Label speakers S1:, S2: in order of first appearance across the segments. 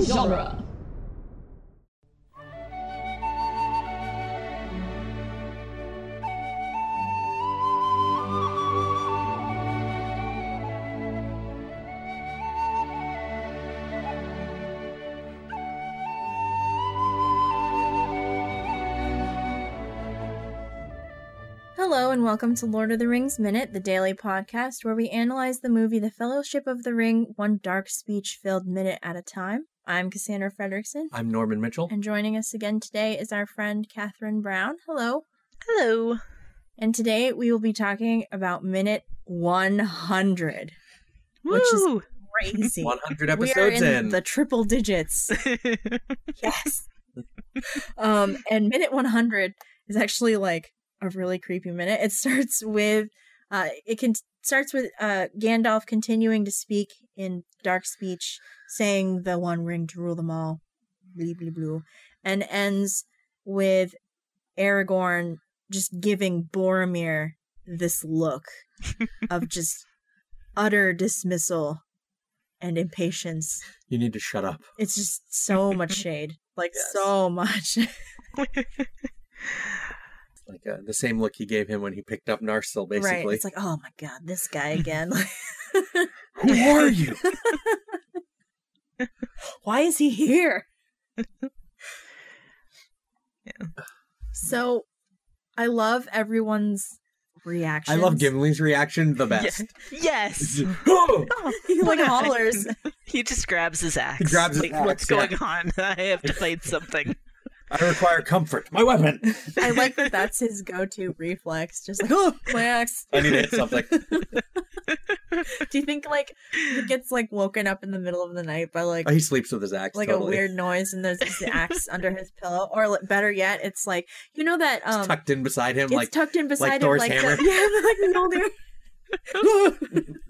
S1: genre.
S2: Hello, and welcome to Lord of the Rings Minute, the daily podcast where we analyze the movie The Fellowship of the Ring, one dark speech filled minute at a time. I'm Cassandra Fredrickson,
S3: I'm Norman Mitchell.
S2: and joining us again today is our friend Catherine Brown. Hello.
S1: Hello.
S2: And today we will be talking about minute 100. Which is
S1: Woo!
S2: Crazy.
S3: 100
S2: we are
S3: episodes
S2: in,
S3: in.
S2: the triple digits. yes. um, and minute 100 is actually like a really creepy minute. It starts with, uh, it can starts with uh, Gandalf continuing to speak in dark speech, saying the One Ring to rule them all, blee blee blue, and ends with Aragorn just giving Boromir this look of just utter dismissal and impatience
S3: you need to shut up.
S2: it's just so much shade like
S3: Yes.
S2: so much
S3: Like uh, the same look he gave him when he picked up Narsil,
S2: right
S3: basically.
S2: it's like oh my god this guy again
S3: Who are you?
S2: why is he here
S1: Yeah.
S2: so i love everyone's reaction
S3: I love Gimli's reaction the best.
S1: yes.
S3: Oh!
S2: he like
S1: What happened?
S2: hollers
S1: He just grabs his axe.
S3: grabs his
S1: like,
S3: axe,
S1: What's
S3: yeah.
S1: going on? I have to fight something.
S3: I require comfort. My weapon.
S2: i like that that's his go-to reflex just like oh my axe
S3: I need to hit something.
S2: do you think like he gets like woken up in the middle of the night by like
S3: Oh, he sleeps with his axe.
S2: like
S3: totally.
S2: a weird noise and there's just an axe under his pillow or like, better yet it's like you know that
S3: It's
S2: um
S3: tucked in beside him,
S2: it's
S3: like
S2: tucked in beside
S3: Thor's
S2: him, like
S3: hammer.
S2: The, yeah, like the older.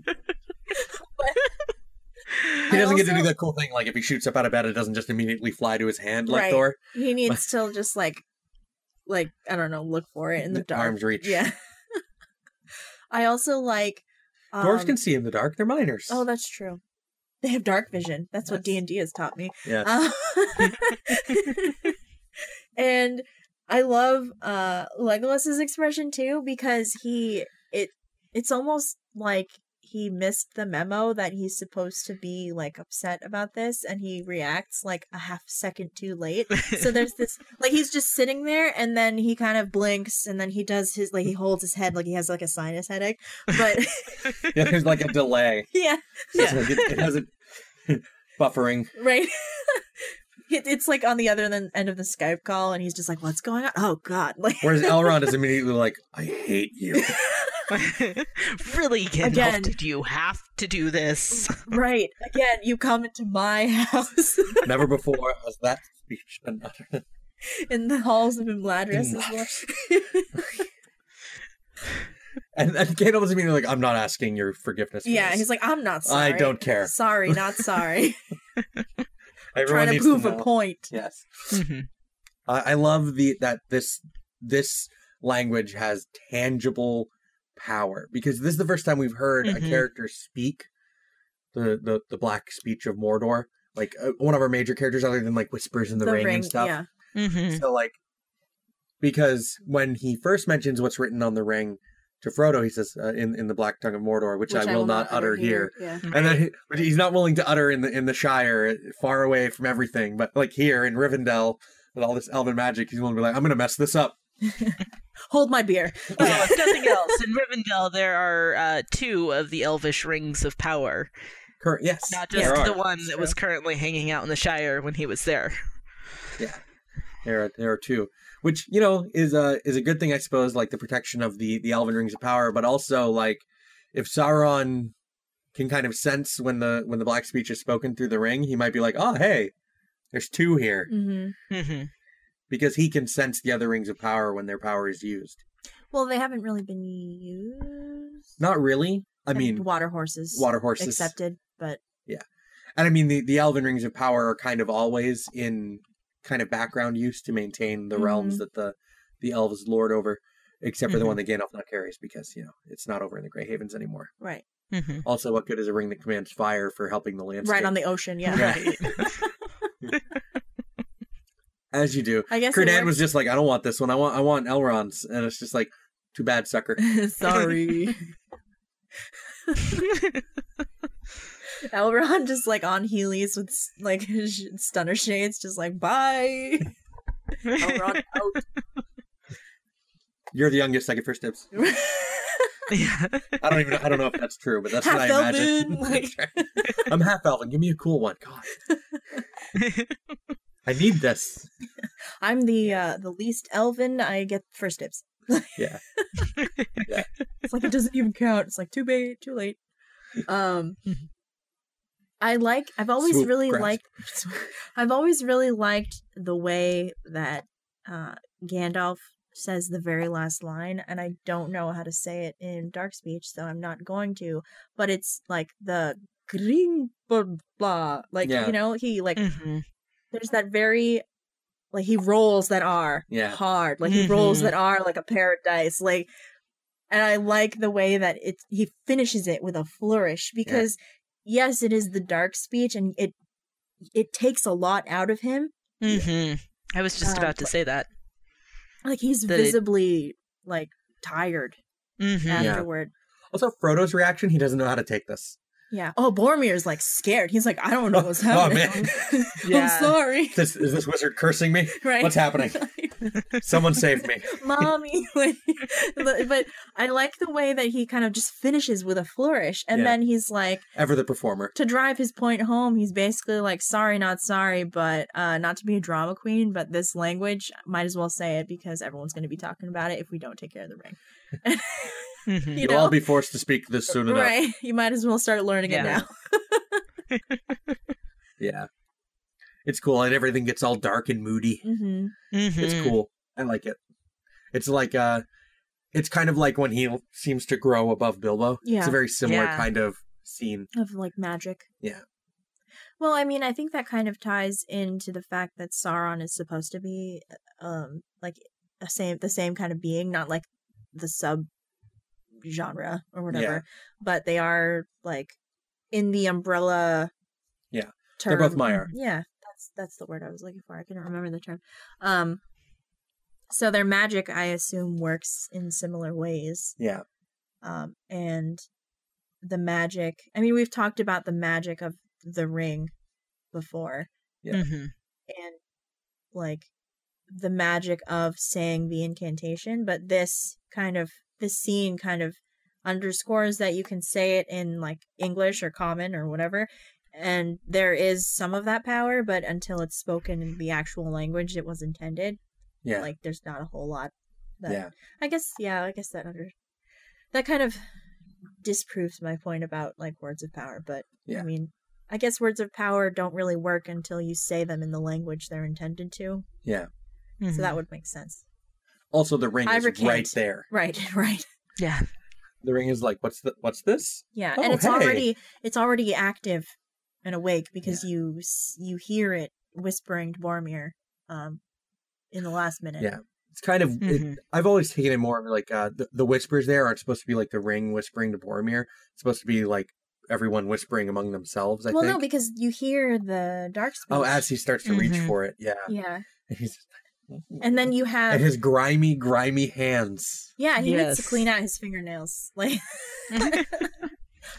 S3: he
S2: I
S3: doesn't get to do
S2: also-
S3: that cool thing. Like if he shoots up out of bed, it doesn't just immediately fly to his hand like
S2: Right.
S3: Thor.
S2: He needs to just like, like I don't know, look for it in the dark.
S3: Arms reach.
S2: Yeah. I also like. Um,
S3: Dwarves can see in the dark. They're miners.
S2: Oh, that's true. They have dark vision. That's what D and D has taught me.
S3: yeah.
S2: Uh, and I love uh Legolas's expression too because he it it's almost like he missed the memo that he's supposed to be like upset about this and he reacts like a half second too late. So there's this like he's just sitting there and then he kind of blinks and then he does his like he holds his head like he has like a sinus headache. But
S3: yeah. There's like a delay.
S2: yeah,
S3: It's like it, it hasn't buffering.
S2: Right. It- it's like on the other than- end of the Skype call, and he's just like, "What's going on? Oh God!" Like
S3: Whereas Elrond is immediately like, I hate you.
S1: really, Gandalf,
S2: Again.
S1: did you have to do this?
S2: right again, you come into my house
S3: Never before has that speech been uttered.
S2: in the halls of Imladris.
S3: In-
S2: as well.
S3: And, and Gandalf is immediately like, I'm not asking your forgiveness. For
S2: yeah,
S3: this.
S2: he's like, "I'm not
S3: I
S2: sorry.
S3: don't care.
S2: Sorry, not sorry.
S3: Everyone
S2: Trying to
S3: needs
S2: prove a
S3: know."
S2: point.
S3: Yes,
S1: Mhm.
S3: I I love the that this this language has tangible power because this is the first time we've heard a
S2: Mm-hmm.
S1: Mhm.
S3: character speak the, the the black speech of Mordor. Like uh, one of our major characters, other than like whispers in the, ring, and stuff.
S2: Yeah,
S1: Mhm.
S3: So like because when he first mentions what's written on the ring to Frodo, he says uh, in in the black tongue of Mordor, which, I, will not utter here. Mm-hmm.
S2: Yeah,
S3: And then he, but he's not willing to utter in the in the Shire, far away from everything. But like here in Rivendell, with all this elven magic, he's willing to be like, "I'm going to mess this up."
S2: hold my beer.
S1: Well, if nothing else, in Rivendell there are uh, two of the Elvish rings of power,
S3: Cur- yes,
S1: not
S3: there
S1: just
S3: are.
S1: the one
S2: That's
S1: that was currently hanging out in the Shire when he was there.
S3: There are, there are two, which you know is a is a good thing, I suppose. Like the protection of the the Elven Rings of Power, but also like if Sauron can kind of sense when the when the Black Speech is spoken through the ring, he might be like, "Oh, hey, there's two here,"
S2: hmm
S1: hmm
S3: because he can sense the other rings of power when their power is used.
S2: Well, they haven't really been used.
S3: Not really. I mean,
S2: water horses.
S3: water horses.
S2: accepted, but
S3: And I mean, the, the Elven Rings of Power are kind of always in kind of background use to maintain the realms that the, the elves lord over, except for the one that Gandalf now carries because, you know, it's not over in the Grey Havens anymore.
S2: right,
S1: hmm
S3: Also, what good is a ring that commands fire for helping the landscape?
S2: right on the ocean. Yeah.
S3: Yeah.
S1: Right.
S3: as you do.
S2: I guess it
S3: Cardan
S2: worked.
S3: was just like, I don't want this one. I want I want Elrond's, and it's just like, too bad, sucker.
S1: Sorry. Mm-hmm.
S2: Elrond just like on Heelys with like his stunner shades, just like bye. Elrond out.
S3: You're the youngest. I get first dibs.
S1: yeah.
S3: I don't even. I don't know if that's true, but that's what
S2: Half
S3: I imagine.
S2: Elven, like-
S3: I'm half Elven. Give me a cool one. God, I need this.
S2: I'm the uh the least elven. I get first dibs.
S3: Yeah. Yeah.
S2: It's like it doesn't even count. It's like too bad, too late. Um I like I've always
S3: Mm-hmm. Swoop,
S2: really
S3: grasp.
S2: liked I've always really liked the way that uh Gandalf says the very last line and I don't know how to say it in dark speech, so I'm not going to, but it's like the green blah, blah. like
S3: Yeah.
S2: you know, he like
S1: Mhm.
S2: there's that very like he rolls that R
S3: Yeah. Mm-hmm.
S2: hard. Like he rolls
S1: Mhm.
S2: that R like a paradise. Like and I like the way that it he finishes it with a flourish because yes, it is the dark speech and it it takes a lot out of him.
S1: Mhm. I was just
S2: Um,
S1: about to say that.
S2: Like he's
S1: That it-
S2: visibly like tired
S1: Mhm.
S3: Mm-hmm. Yeah.
S2: afterward.
S3: Also, Frodo's reaction. He doesn't know how to take this.
S2: Yeah. Oh, Boromir's like scared. He's like, I don't know what's
S3: Oh,
S2: happening.
S3: man.
S1: Yeah.
S2: I'm sorry.
S3: This is this wizard cursing me.
S2: Right.
S3: What's happening? Someone save me.
S2: mommy like, but but i like the way that he kind of just finishes with a flourish and
S3: Yeah.
S2: then he's like
S3: Ever the performer.
S2: to drive his point home he's basically like sorry not sorry but uh not to be a drama queen but this language might as well say it because everyone's going to be talking about it if we don't take care of the ring
S1: Mhm.
S2: you
S3: You'll all
S2: know
S3: be forced to speak this soon enough.
S2: right you might as well start learning it
S1: Yeah.
S2: now
S3: Yeah. It's cool, and everything gets all dark and moody.
S2: hmm
S3: It's
S1: Mhm.
S3: cool. I like it. It's like uh it's kind of like when he l- seems to grow above Bilbo. It's
S2: Yeah.
S3: a very similar
S1: Yeah.
S3: kind of scene.
S2: of like magic
S3: Yeah.
S2: well i mean i think that kind of ties into the fact that sauron is supposed to be um like a same the same kind of being not like the sub genre or whatever but they are like in the umbrella
S3: Yeah.
S2: term.
S3: They're both Maiar.
S2: yeah that's that's the word i was looking for i couldn't remember the term um so their magic i assume works in similar ways
S3: Yeah.
S2: um, and the magic. I mean, we've talked about the magic of the ring before,
S3: Yeah.
S1: Mhm.
S2: and like the magic of saying the incantation, but this kind of this scene kind of underscores that you can say it in like English or common or whatever. And there is some of that power, but until it's spoken in the actual language it was intended,
S3: Yeah.
S2: like there's not a whole lot that
S3: yeah.
S2: I guess yeah, I guess that under that kind of disproves my point about like words of power, but
S3: Yeah.
S2: I mean I guess words of power don't really work until you say them in the language they're intended to.
S3: Yeah.
S2: So that
S3: Mm-hmm.
S1: Mhm.
S2: would make sense.
S3: Also the ring
S2: I
S3: is
S2: recant.
S3: right there.
S2: Right, right.
S1: Yeah.
S3: The ring is like, what's the what's this?
S2: Yeah,
S3: Oh,
S2: and it's
S3: hey.
S2: already it's already active and awake because you s- you hear it whispering to Boromir um in the last minute.
S3: Yeah. It's kind of
S1: Mhm.
S2: Mm-hmm.
S3: it, I've always taken it more of like uh the, the whispers there aren't supposed to be like the ring whispering to Boromir. It's supposed to be like everyone whispering among themselves, I
S2: well,
S3: think.
S2: no, because you hear the dark speech.
S3: oh, as he starts to reach
S1: Mhm.
S3: for it. Yeah.
S2: yeah,
S3: And he's
S2: Mm-hmm. and then uh you have
S3: and his grimy, grimy hands.
S2: Yeah, he needs
S1: Yes.
S2: to clean out his fingernails. Like,
S1: Mm-hmm.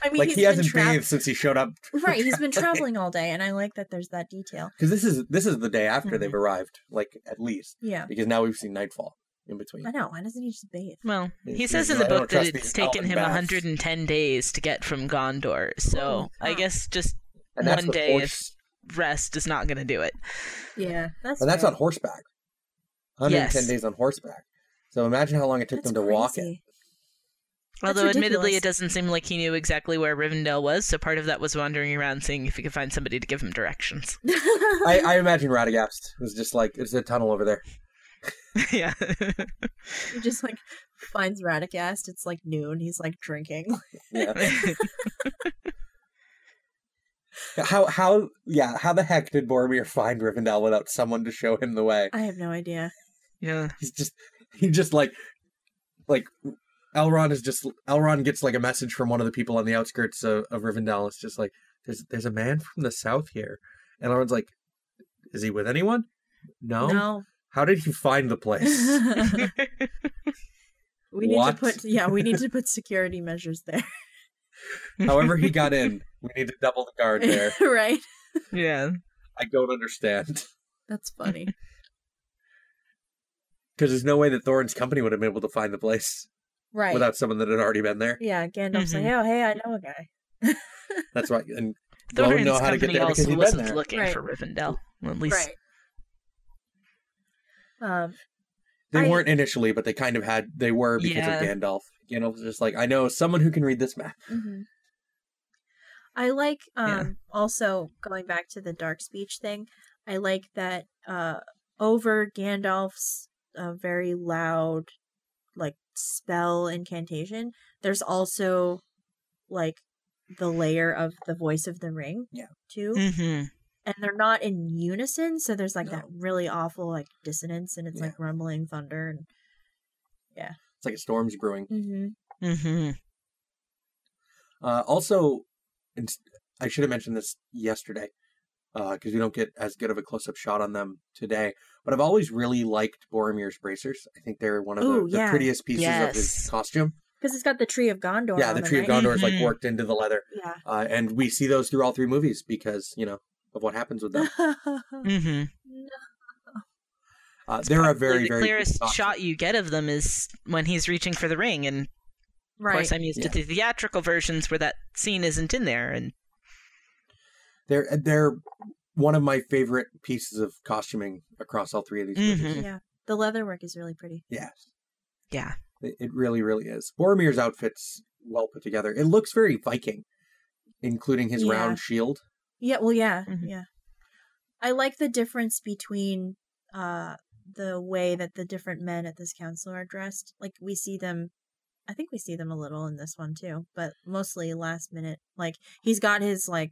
S2: I mean,
S3: like
S2: he's
S3: he hasn't
S2: been tra-
S3: bathed since he showed up
S2: Right, he's been traveling all day, and I like that there's that detail.
S3: because this is this is the day after
S1: Mhm.
S3: they've
S2: Mm-hmm.
S3: arrived like at least
S2: Yeah,
S3: because now we've seen nightfall in between
S2: I know. Why doesn't he just bathe?
S1: Well,
S3: Yeah,
S1: he
S3: he's
S1: says in the
S3: like, "I don't
S1: book that
S3: trust these
S1: it's taken
S3: Elven
S1: him
S3: baths."
S1: 110 days to get from Gondor. So
S2: Oh,
S1: I
S2: wow.
S1: guess just
S3: and that's
S1: one
S3: with
S1: day
S3: horse-
S1: is- rest is not going to do it.
S2: Yeah, that's
S3: and that's
S2: fair.
S3: on horseback 110
S1: Yes.
S3: days on horseback so imagine how long it took
S2: That's
S3: them to walk it
S2: crazy. That's
S1: Although, admittedly,
S2: ridiculous.
S1: it doesn't seem like he knew exactly where Rivendell was, so part of that was wandering around seeing if he could find somebody to give him directions.
S3: I, I imagine Radagast was just like it's a tunnel over there
S1: yeah.
S2: he just like finds Radagast. It's like noon. He's like drinking.
S3: yeah how how yeah how the heck did Boromir find Rivendell without someone to show him the way
S2: I have no idea.
S1: yeah.
S3: he's just he just like like Elrond is just Elrond gets like a message from one of the people on the outskirts of, of Rivendell. It's just like there's there's a man from the south here, and Elrond's like, is he with anyone? No? How did he find the place?
S2: No. we need
S3: What?
S2: to put yeah, we need to put security measures there.
S3: However he got in, we need to double the guard there.
S2: right?
S1: yeah.
S3: I don't understand.
S2: That's funny.
S3: Because there's no way that Thorin's company would have been able to find the place
S2: Right.
S3: without someone that had already been there.
S2: yeah, Gandalf's like, oh hey, I know a guy.
S3: That's why. And Well, we
S1: Thorin's
S3: know how to get
S1: company
S3: there because
S1: also
S3: he'd been
S1: wasn't
S3: there.
S1: looking
S2: Right.
S1: for Rivendell. Well, at least
S2: Right. Um
S3: they
S2: I-
S3: weren't initially, but they kind of had. They were because
S1: Yeah.
S3: of Gandalf. Gandalf was just like, I know someone who can read this map.
S2: hmm I like um
S1: Yeah.
S2: also going back to the dark speech thing. I like that uh over Gandalf's uh, very loud like spell incantation, there's also like the layer of the voice of the ring
S3: Yeah. Mm.
S2: too.
S1: hmm
S2: And they're not in unison, so there's like
S3: No.
S2: that really awful like dissonance and it's
S3: Yeah.
S2: like rumbling thunder and
S3: It's like a storm's brewing.
S2: mm-hmm.
S1: hmm
S3: Uh, also, and s- I should have mentioned this yesterday because we don't get as good of a close-up shot on them today. But I've always really liked Boromir's bracers. I think they're one of the,
S2: Ooh,
S3: the
S2: yeah.
S3: prettiest pieces of his
S1: Yes.
S3: costume.
S2: Because it's got the tree of Gondor.
S3: yeah,
S2: on
S3: the
S2: it,
S3: Tree of
S2: right?
S3: Gondor is like
S1: Mhm.
S3: worked into the leather, uh, and we see those through all three movies because you know of what happens with them.
S2: Yeah.
S1: hmm
S3: Uh, they're a very very
S1: the
S3: good
S1: clearest
S3: costume.
S1: shot you get of them is when he's reaching for the ring, and
S2: right.
S1: of course I'm used to the theatrical versions where that scene isn't in there, and
S3: They're uh, they're one of my favorite pieces of costuming across all three of these movies.
S1: Mhm.
S2: Yeah, the leather work is really pretty.
S3: Yes,
S1: yeah,
S3: it it really really is. Boromir's outfit's well put together. It looks very Viking, including his
S2: Yeah.
S3: round shield.
S2: Yeah, well, yeah,
S3: Mm-hmm.
S1: Mhm.
S2: yeah. I like the difference between uh the way that the different men at this council are dressed. Like we see them, I think we see them a little in this one too, but mostly last minute. Like he's got his like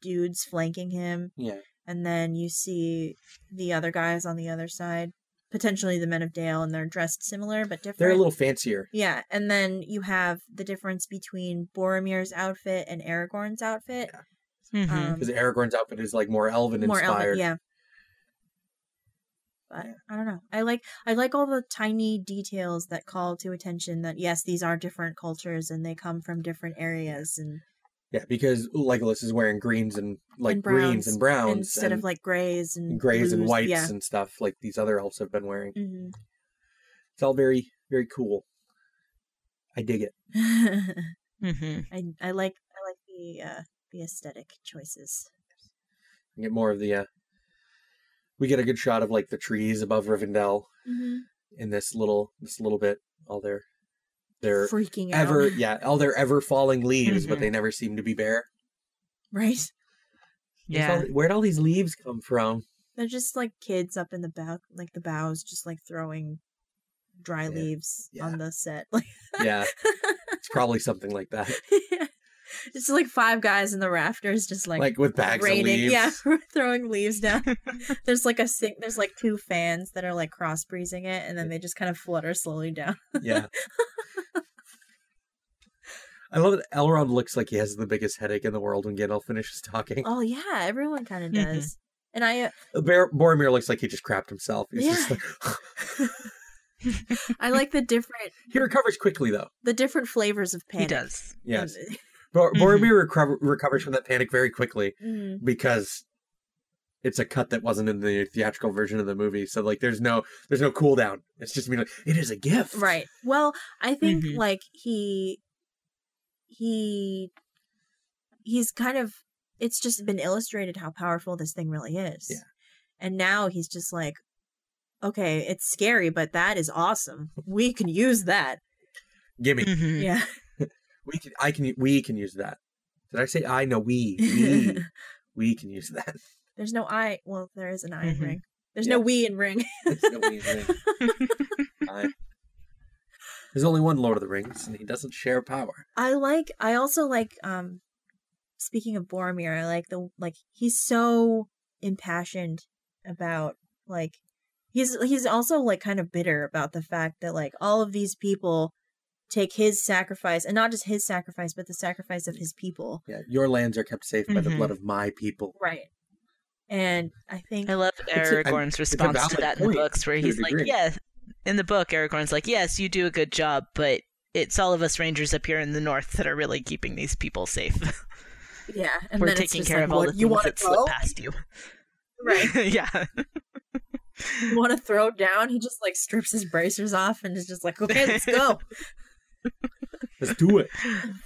S2: dudes flanking him,
S3: Yeah,
S2: and then you see the other guys on the other side, potentially the men of Dale, and they're dressed similar but different.
S3: they're a little fancier.
S2: Yeah, and then you have the difference between Boromir's outfit and Aragorn's outfit.
S1: hmm
S2: Um,
S3: Because Aragorn's outfit is like more elven
S2: more
S3: inspired.
S2: outfit, yeah. But I don't know. I like I like all the tiny details that call to attention that yes, these are different cultures and they come from different areas and
S3: Yeah, because Legolas is wearing greens and like
S2: And
S3: greens and browns
S2: instead
S3: and
S2: of like grays and
S3: grays and
S2: blues,
S3: whites
S2: Yeah.
S3: and stuff like these other elves have been wearing.
S2: hmm
S3: It's all very very cool. I dig it.
S1: hmm
S2: Mm-hmm. I I like I like the uh, the aesthetic choices.
S3: We get more of the. Uh, we get a good shot of like the trees above Rivendell
S2: Mm-hmm.
S3: in this little this little bit. All their their
S2: freaking
S3: ever
S2: out, Mm-hmm.
S3: yeah all their ever falling leaves, but
S1: Mhm.
S3: they never seem to be bare.
S2: right?
S3: There's
S1: yeah,
S3: all- where'd all these leaves come from?
S2: They're just like kids up in the bow, like the boughs, just like throwing dry
S3: Yeah.
S2: leaves
S3: Yeah.
S2: on the set. Like,
S3: Yeah, it's probably something like that.
S2: it's like five guys in the rafters, just like,
S3: Like, with bags of
S2: raining,
S3: leaves.
S2: yeah, throwing leaves down. there's like a sink. There's like two fans that are like cross breezing it, and then they just kind of flutter slowly down.
S3: Yeah. I love that Elrond looks like he has the biggest headache in the world when Gandalf finishes talking.
S2: Oh yeah, everyone kind of
S3: Mm-hmm.
S1: Mhm.
S2: does. And I, uh,
S3: Bar- Boromir looks like he just crapped himself. He's just
S2: Yeah.
S3: like-
S2: I like the different,
S3: he recovers quickly though.
S2: the different flavors of
S1: he
S2: panic.
S1: does.
S3: Yes,
S2: And-
S3: Bor-
S1: Mhm.
S2: Mm-hmm.
S3: Boromir recover- recovers from that panic very quickly
S2: Mhm.
S3: because it's a cut that wasn't in the theatrical version of the movie. So like, there's no there's no cooldown. It's just me like it is a gift,
S2: Right. Well, I think
S1: Mhm.
S2: like he he he's kind of it's just been illustrated how powerful this thing really is.
S3: Yeah.
S2: And now he's just like okay, it's scary, but that is awesome. We can use that.
S3: Gimme.
S2: Mm.
S1: hmm
S2: Yeah.
S3: We can. I can. We can use that. Did I say I? No, we. We. we can use that.
S2: There's no I, well, there is an I in
S1: Mhm.
S2: ring. There's
S3: Yeah.
S2: no we in ring.
S3: There's no Lord of the Rings. I- There's only one Lord of the Rings, and he doesn't share power.
S2: I like I also like um speaking of Boromir, I like the like he's so impassioned about like he's he's also like kind of bitter about the fact that like all of these people take his sacrifice and not just his sacrifice but the sacrifice of his people.
S3: Yeah, your lands are kept safe by the
S1: Mhm.
S3: blood of my people.
S2: Right. And I think
S1: I love
S3: a-
S1: Aragorn's response
S3: valid
S1: to that in the
S3: point,
S1: books, where
S3: to a
S1: he's like,
S3: degree.
S1: "Yeah." In the book, Aragorn's like, "Yes, you do a good job, but it's all of us rangers up here in the north that are really keeping these people safe.
S2: yeah, and
S1: We're
S2: then it's
S1: taking
S2: just
S1: care
S2: like,
S1: of all
S2: what,
S1: the
S2: you
S1: things
S2: want
S1: that
S2: to
S1: slip
S2: go,
S1: past you."
S2: right?
S1: yeah.
S2: You want to throw down? He just like strips his bracers off and is just like, okay, let's go.
S3: Let's do it.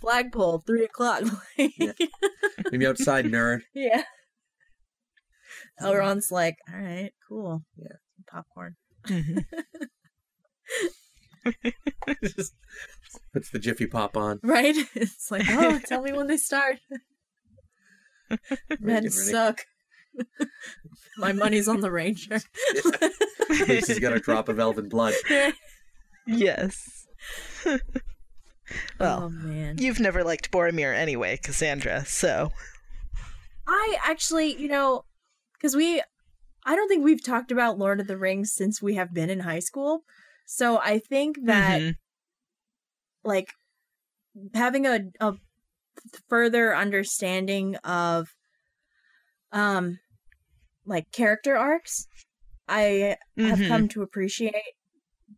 S2: Flagpole, three o'clock. Like,
S3: Yeah. Meet me outside, nerd.
S2: Yeah. Elrond's like, all right, cool.
S3: Yeah.
S2: Popcorn.
S3: Just puts the Jiffy Pop on.
S2: Right? It's like, oh, tell me when they start.
S3: We're
S2: Men
S3: getting ready.
S2: suck. My money's on the Ranger.
S3: Thinks he's got a drop of elven blood.
S1: yes. well,
S2: oh man.
S1: you've never liked Boromir anyway, Cassandra. So
S2: I actually, you know, because we, I don't think we've talked about Lord of the Rings since we have been in high school. So I think that
S1: Mhm.
S2: like having a, a further understanding of um like character arcs i have
S1: Mhm.
S2: come to appreciate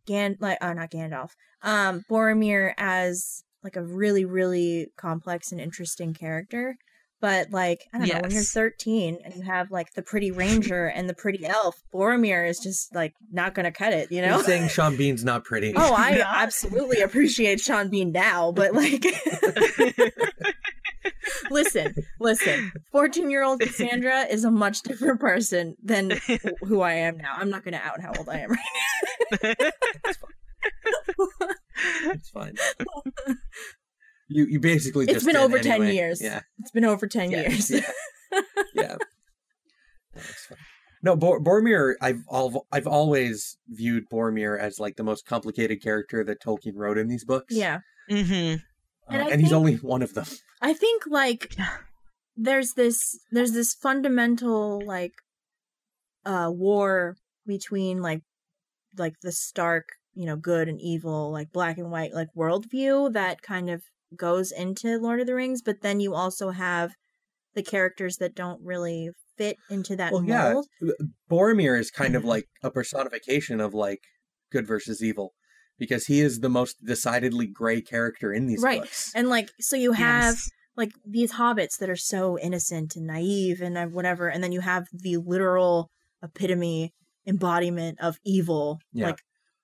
S2: gan like oh not gandalf um boromir as like a really really complex and interesting character but like i don't know when you're
S1: Yes.
S2: 13 and you have like the pretty ranger and the pretty elf boromir is just like not gonna cut it you know
S3: He's saying Sean Bean's not pretty.
S2: Oh, I
S1: Yeah.
S2: absolutely appreciate Sean Bean now, but like, listen, listen. Fourteen-year-old Cassandra is a much different person than wh- who I am now. I'm not going to out how old I am.
S3: It's fine. You you basically
S2: It's
S3: just
S2: been
S3: did
S2: over 10
S3: anyway.
S2: years.
S3: Yeah,
S2: It's been over ten
S1: Yeah.
S2: years.
S3: Yeah. yeah. No, it's fine. No, Bor- Boromir. I've al- I've always viewed Boromir as like the most complicated character that Tolkien wrote in these books.
S2: yeah,
S1: Mhm.
S3: Uh,
S2: And I
S3: and, he's
S2: think-
S3: only one of them.
S2: I think like
S1: Yeah.
S2: there's this there's this fundamental like uh war between like like the stark you know good and evil like black and white like worldview that kind of goes into lord of the rings but then you also have the characters that don't really fit into that
S3: Well,
S2: mold Mm-hmm.
S3: yeah. uh, Boromir is kind of
S1: Mhm.
S3: like a personification of like good versus evil, because he is the most decidedly gray character in these
S2: Right.
S3: books.
S2: and like so you have
S1: Yes.
S2: like these hobbits that are so innocent and naive and uh, whatever and then you have the literal epitome embodiment of evil
S3: Yeah.
S2: like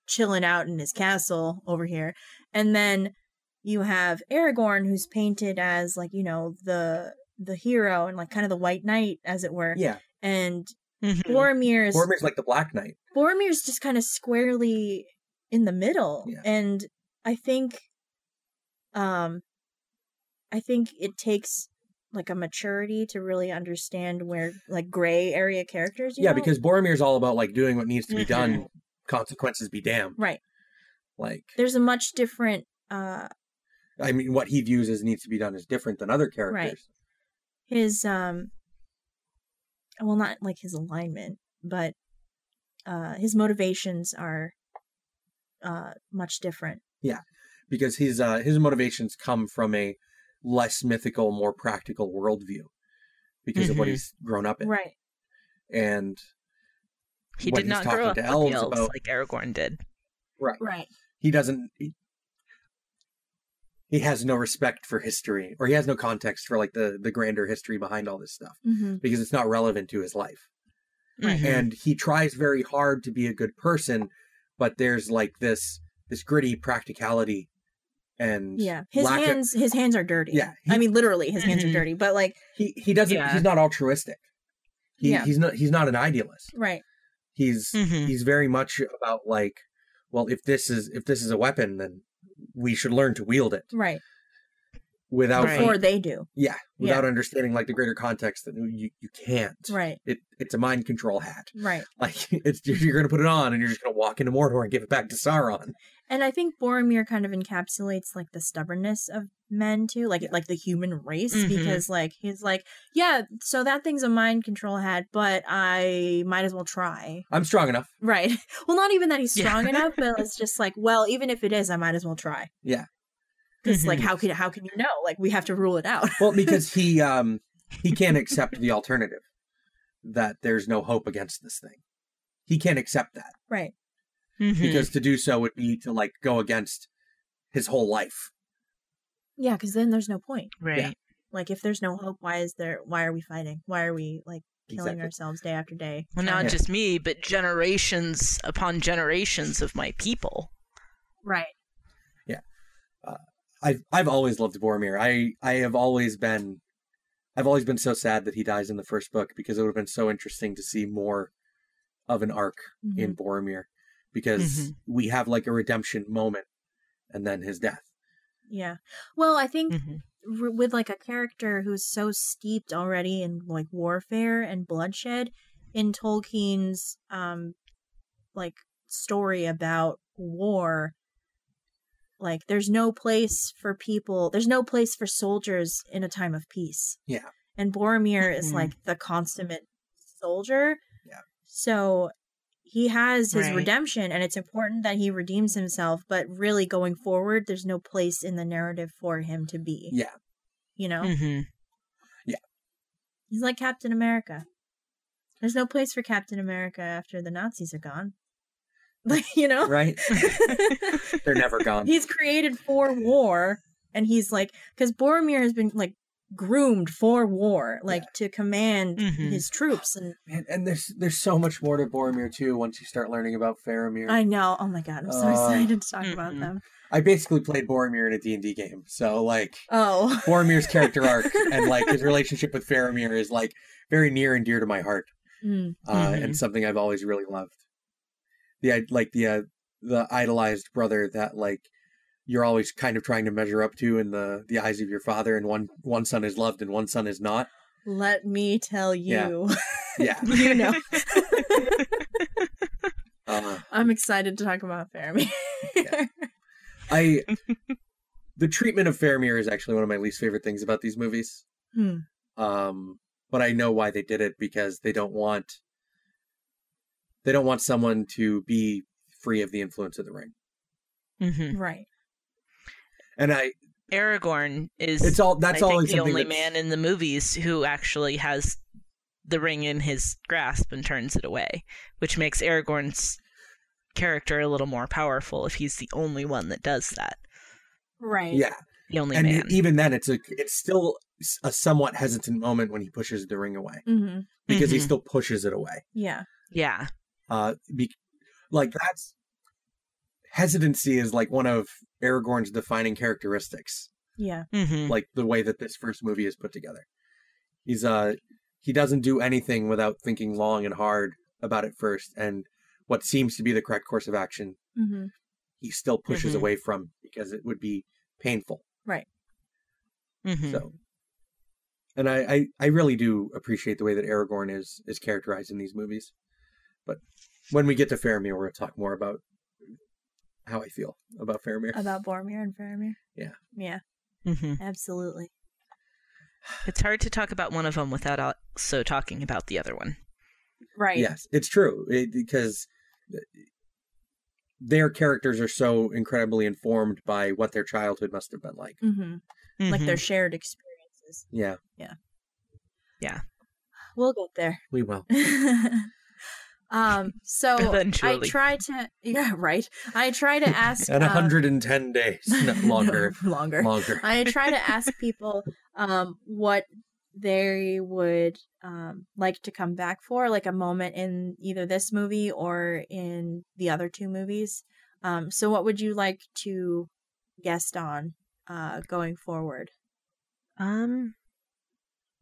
S2: chilling out in his castle over here and then you have aragorn who's painted as like you know the the hero and like kind of the white knight as it were
S3: Yeah,
S2: and
S1: Mhm.
S2: boromir's
S3: Boromir's like the Black Knight.
S2: Boromir's just kind of squarely in the middle,
S3: Yeah.
S2: and I think, um, I think it takes like a maturity to really understand where like gray area characters. You
S3: yeah,
S2: know? Mm-hmm.
S3: because Boromir's all about like doing what needs to be
S1: Mhm.
S3: done. Consequences be damned.
S2: right,
S3: Like,
S2: there's a much different. Uh,
S3: I mean, what he views as needs to be done is different than other characters.
S2: his um, well, not like his alignment, but uh, his motivations are uh much different.
S3: because his uh, his motivations come from a less mythical, more practical worldview because of what
S1: Mhm.
S3: he's grown up in.
S2: Mm-hmm. Right.
S3: And
S1: He
S3: when
S1: did
S3: he's
S1: not
S3: talking
S1: grow up
S3: to
S1: with
S3: elves
S1: the elves
S3: about-
S1: like Aragorn did.
S3: right,
S2: Right.
S3: he doesn't. He, he has no respect for history, or he has no context for like the the grander history behind all this stuff
S2: Mm-hmm.
S3: because it's not relevant to his life.
S1: Mhm.
S3: and he tries very hard to be a good person but there's like this this gritty practicality and
S2: Yeah, his
S3: lack of-
S2: hands his hands are dirty.
S3: Yeah,
S2: I
S3: he- Mm-hmm.
S2: mean literally his hands are
S1: Mhm.
S2: dirty, but like
S3: he he doesn't
S1: Yeah.
S3: he's not altruistic he,
S2: Yeah.
S3: he's not he's not an idealist
S2: right,
S3: he's
S1: Mhm.
S3: he's very much about like well if this is if this is a weapon then we should learn to wield it
S2: right
S3: without
S1: Right.
S2: before they do.
S3: yeah
S2: Yeah.
S3: without understanding like the greater context that you you can't
S2: Right,
S3: it it's a mind control hat
S2: right.
S3: like it's you're gonna put it on and you're just gonna walk into mordor and give it back to sauron
S2: And I think Boromir kind of encapsulates like the stubbornness of men too, like
S3: Yeah.
S2: like the human race
S1: Mhm.
S2: because like he's like, yeah, so that thing's a mind control hat, but I might as well try.
S3: i'm strong enough
S2: Right. Well, not even that he's
S1: Yeah.
S2: strong enough, but it's just like, well, even if it is, I might as well try.
S3: Yeah.
S2: Because like,
S1: Mhm.
S2: how can how can you know? Like, we have to rule it out.
S3: Well, because he um he can't accept the alternative. that there's no hope against this thing. He can't accept that
S2: Right.
S1: Mhm.
S2: Hmm.
S3: because to do so would be to like go against his whole life.
S2: Yeah, because then there's no point.
S1: right.
S3: yeah.
S2: Like, if there's no hope, why is there? Why are we fighting? Why are we like killing
S3: Exactly.
S2: ourselves day after day?
S1: Well,
S2: trying
S1: not
S3: Yeah.
S2: to-
S1: just me, but generations upon generations of my people.
S2: right.
S3: I've I've always loved Boromir. I I have always been I've always been so sad that he dies in the first book because it would have been so interesting to see more of an arc
S2: Mhm.
S3: in Boromir because
S1: Mhm.
S2: Mm-hmm.
S3: we have like a redemption moment and then his death.
S2: Yeah. Well, I think
S1: Mhm.
S2: r- with like a character who's so steeped already in like warfare and bloodshed in Tolkien's um like story about war like there's no place for people there's no place for soldiers in a time of peace
S3: Yeah. Mm-hmm.
S2: and Boromir is
S1: Mhm.
S2: like the consummate soldier
S3: Yeah.
S2: so he has his
S1: Right.
S2: redemption and it's important that he redeems himself but really going forward there's no place in the narrative for him to be
S3: Yeah.
S2: you
S3: Hmm.
S2: know
S1: Mhm.
S2: he's like captain america there's no place for captain america after the nazis are gone like you know
S3: Right? Um, They're never gone.
S2: he's created for war and he's like because boromir has been like groomed for war like to command
S3: Mm-hmm.
S1: Mhm.
S2: his troops and
S3: Man, and there's there's so much more to Boromir too once you start learning about Faramir.
S2: i know oh my god i'm so
S3: Uh,
S2: excited to talk about
S1: mhm.
S2: them
S3: I basically played Boromir in a D&D game. So like
S2: oh
S3: Boromir's character arc and like his relationship with Faramir is like very near and dear to my heart.
S2: Mm,
S3: uh, and something I've always really loved. The i- like the uh, the idolized brother that like you're always kind of trying to measure up to in the the eyes of your father, and one one son is loved and one son is not.
S2: let me tell
S3: Yeah.
S2: you
S3: Yeah,
S2: you know
S3: uh,
S2: i'm excited to talk about faramir
S3: I the treatment of Faramir is actually one of my least favorite things about these movies.
S2: Hmm.
S3: Um, but I know why they did it because they don't want they don't want someone to be free of the influence of the ring.
S1: Mhm.
S2: right
S3: And I,
S1: Aragorn is
S3: it's all that's
S1: I think
S3: always
S1: the
S3: something
S1: only
S3: that's-
S1: man in the movies who actually has the ring in his grasp and turns it away, which makes Aragorn's character a little more powerful if he's the only one that does that.
S2: right
S3: yeah.
S1: The only
S3: and
S1: man.
S3: e- even then it's a it's still s- a somewhat hesitant moment when he pushes the ring away
S2: hmm
S3: because he
S1: Mhm.
S3: still pushes it away
S2: yeah
S1: yeah.
S3: uh be, like that's hesitancy is like one of aragorn's defining characteristics
S2: yeah
S1: hmm
S3: like the way that this first movie is put together he's uh he doesn't do anything without thinking long and hard about it first and what seems to be the correct course of action
S2: hmm
S3: he still pushes
S1: Mhm.
S3: away from because it would be painful
S1: hmm
S3: So, and I, I I really do appreciate the way that Aragorn is is characterized in these movies. But when we get to Faramir, we're going to talk more about how I feel about Faramir.
S2: about Boromir and Faramir.
S3: Yeah.
S2: Yeah,
S1: hmm
S2: absolutely.
S1: It's hard to talk about one of them without also talking about the other one.
S2: Right.
S3: Yes, it's true it, because their characters are so incredibly informed by what their childhood must have been like.
S2: hmm Like
S1: Mhm.
S2: their shared experiences.
S3: Yeah,
S2: We'll get there.
S3: we will.
S2: um. So I
S1: Eventually.
S2: try to. Yeah. Right. I try to ask.
S3: And
S2: uh,
S3: 110 days no, longer,
S2: no, longer.
S3: longer.
S2: I try to ask people um, what they would um, like to come back for, like a moment in either this movie or in the other two movies. Um, so, what would you like to guest on uh, going forward?
S1: Um,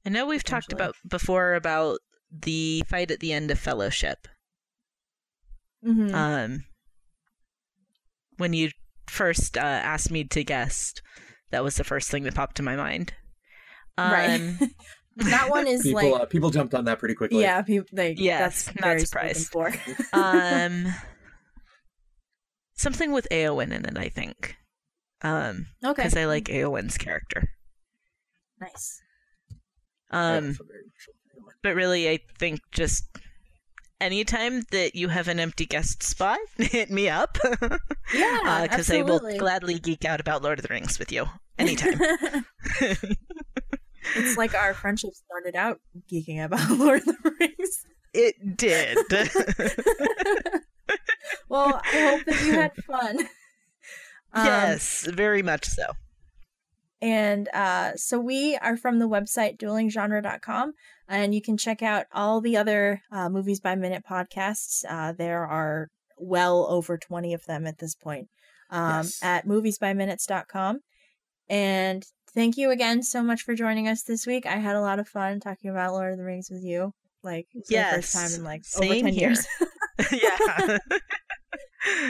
S1: I know we've talked
S2: Potentially.
S1: about before about the fight at the end of Fellowship.
S2: Mm-hmm.
S1: Um, when you first uh, asked me to guest, that was the first thing that popped to my mind. Um,
S2: Right. that one is
S3: People
S2: like,
S3: uh, people jumped on that pretty quickly.
S2: yeah, people like
S1: Yes,
S2: that's
S1: not
S2: very
S1: surprised.
S2: spoken for.
S1: um, something with Eowyn in it, I think. Um,
S2: okay,
S1: because I like Eowyn's character.
S2: nice.
S3: I
S1: Um,
S3: also very much like Faramir.
S1: but really i think just anytime that you have an empty guest spot hit me up
S2: Yeah,
S1: because uh, i will
S2: absolutely.
S1: gladly geek out about lord of the rings with you anytime
S2: It's like our friendship started out geeking about Lord of the Rings.
S1: It did.
S2: well, I hope that you had fun. Um,
S1: yes, very much so.
S2: And uh, so we are from the website duelinggenre.com, and you can check out all the other uh, Movies by Minute podcasts. Uh, there are well over 20 of them at this point um,
S3: Yes.
S2: at moviesbyminutes.com. And thank you again so much for joining us this week. I had a lot of fun talking about Lord of the Rings with you. Like, it's my
S1: Yes.
S2: first time in like over
S1: Same
S2: 10
S1: here.
S2: years.
S1: yeah.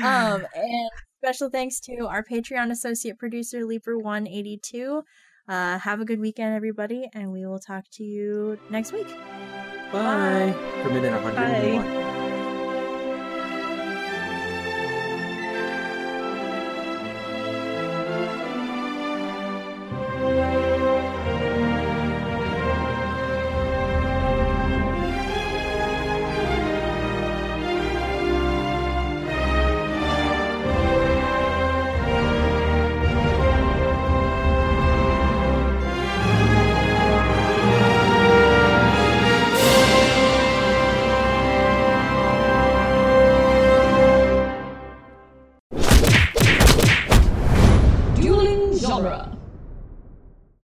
S2: um, and special thanks to our Patreon associate producer, Leaper182. Uh, have a good weekend, everybody, and we will talk to you next week.
S3: Bye. For minute 101.
S1: Bye.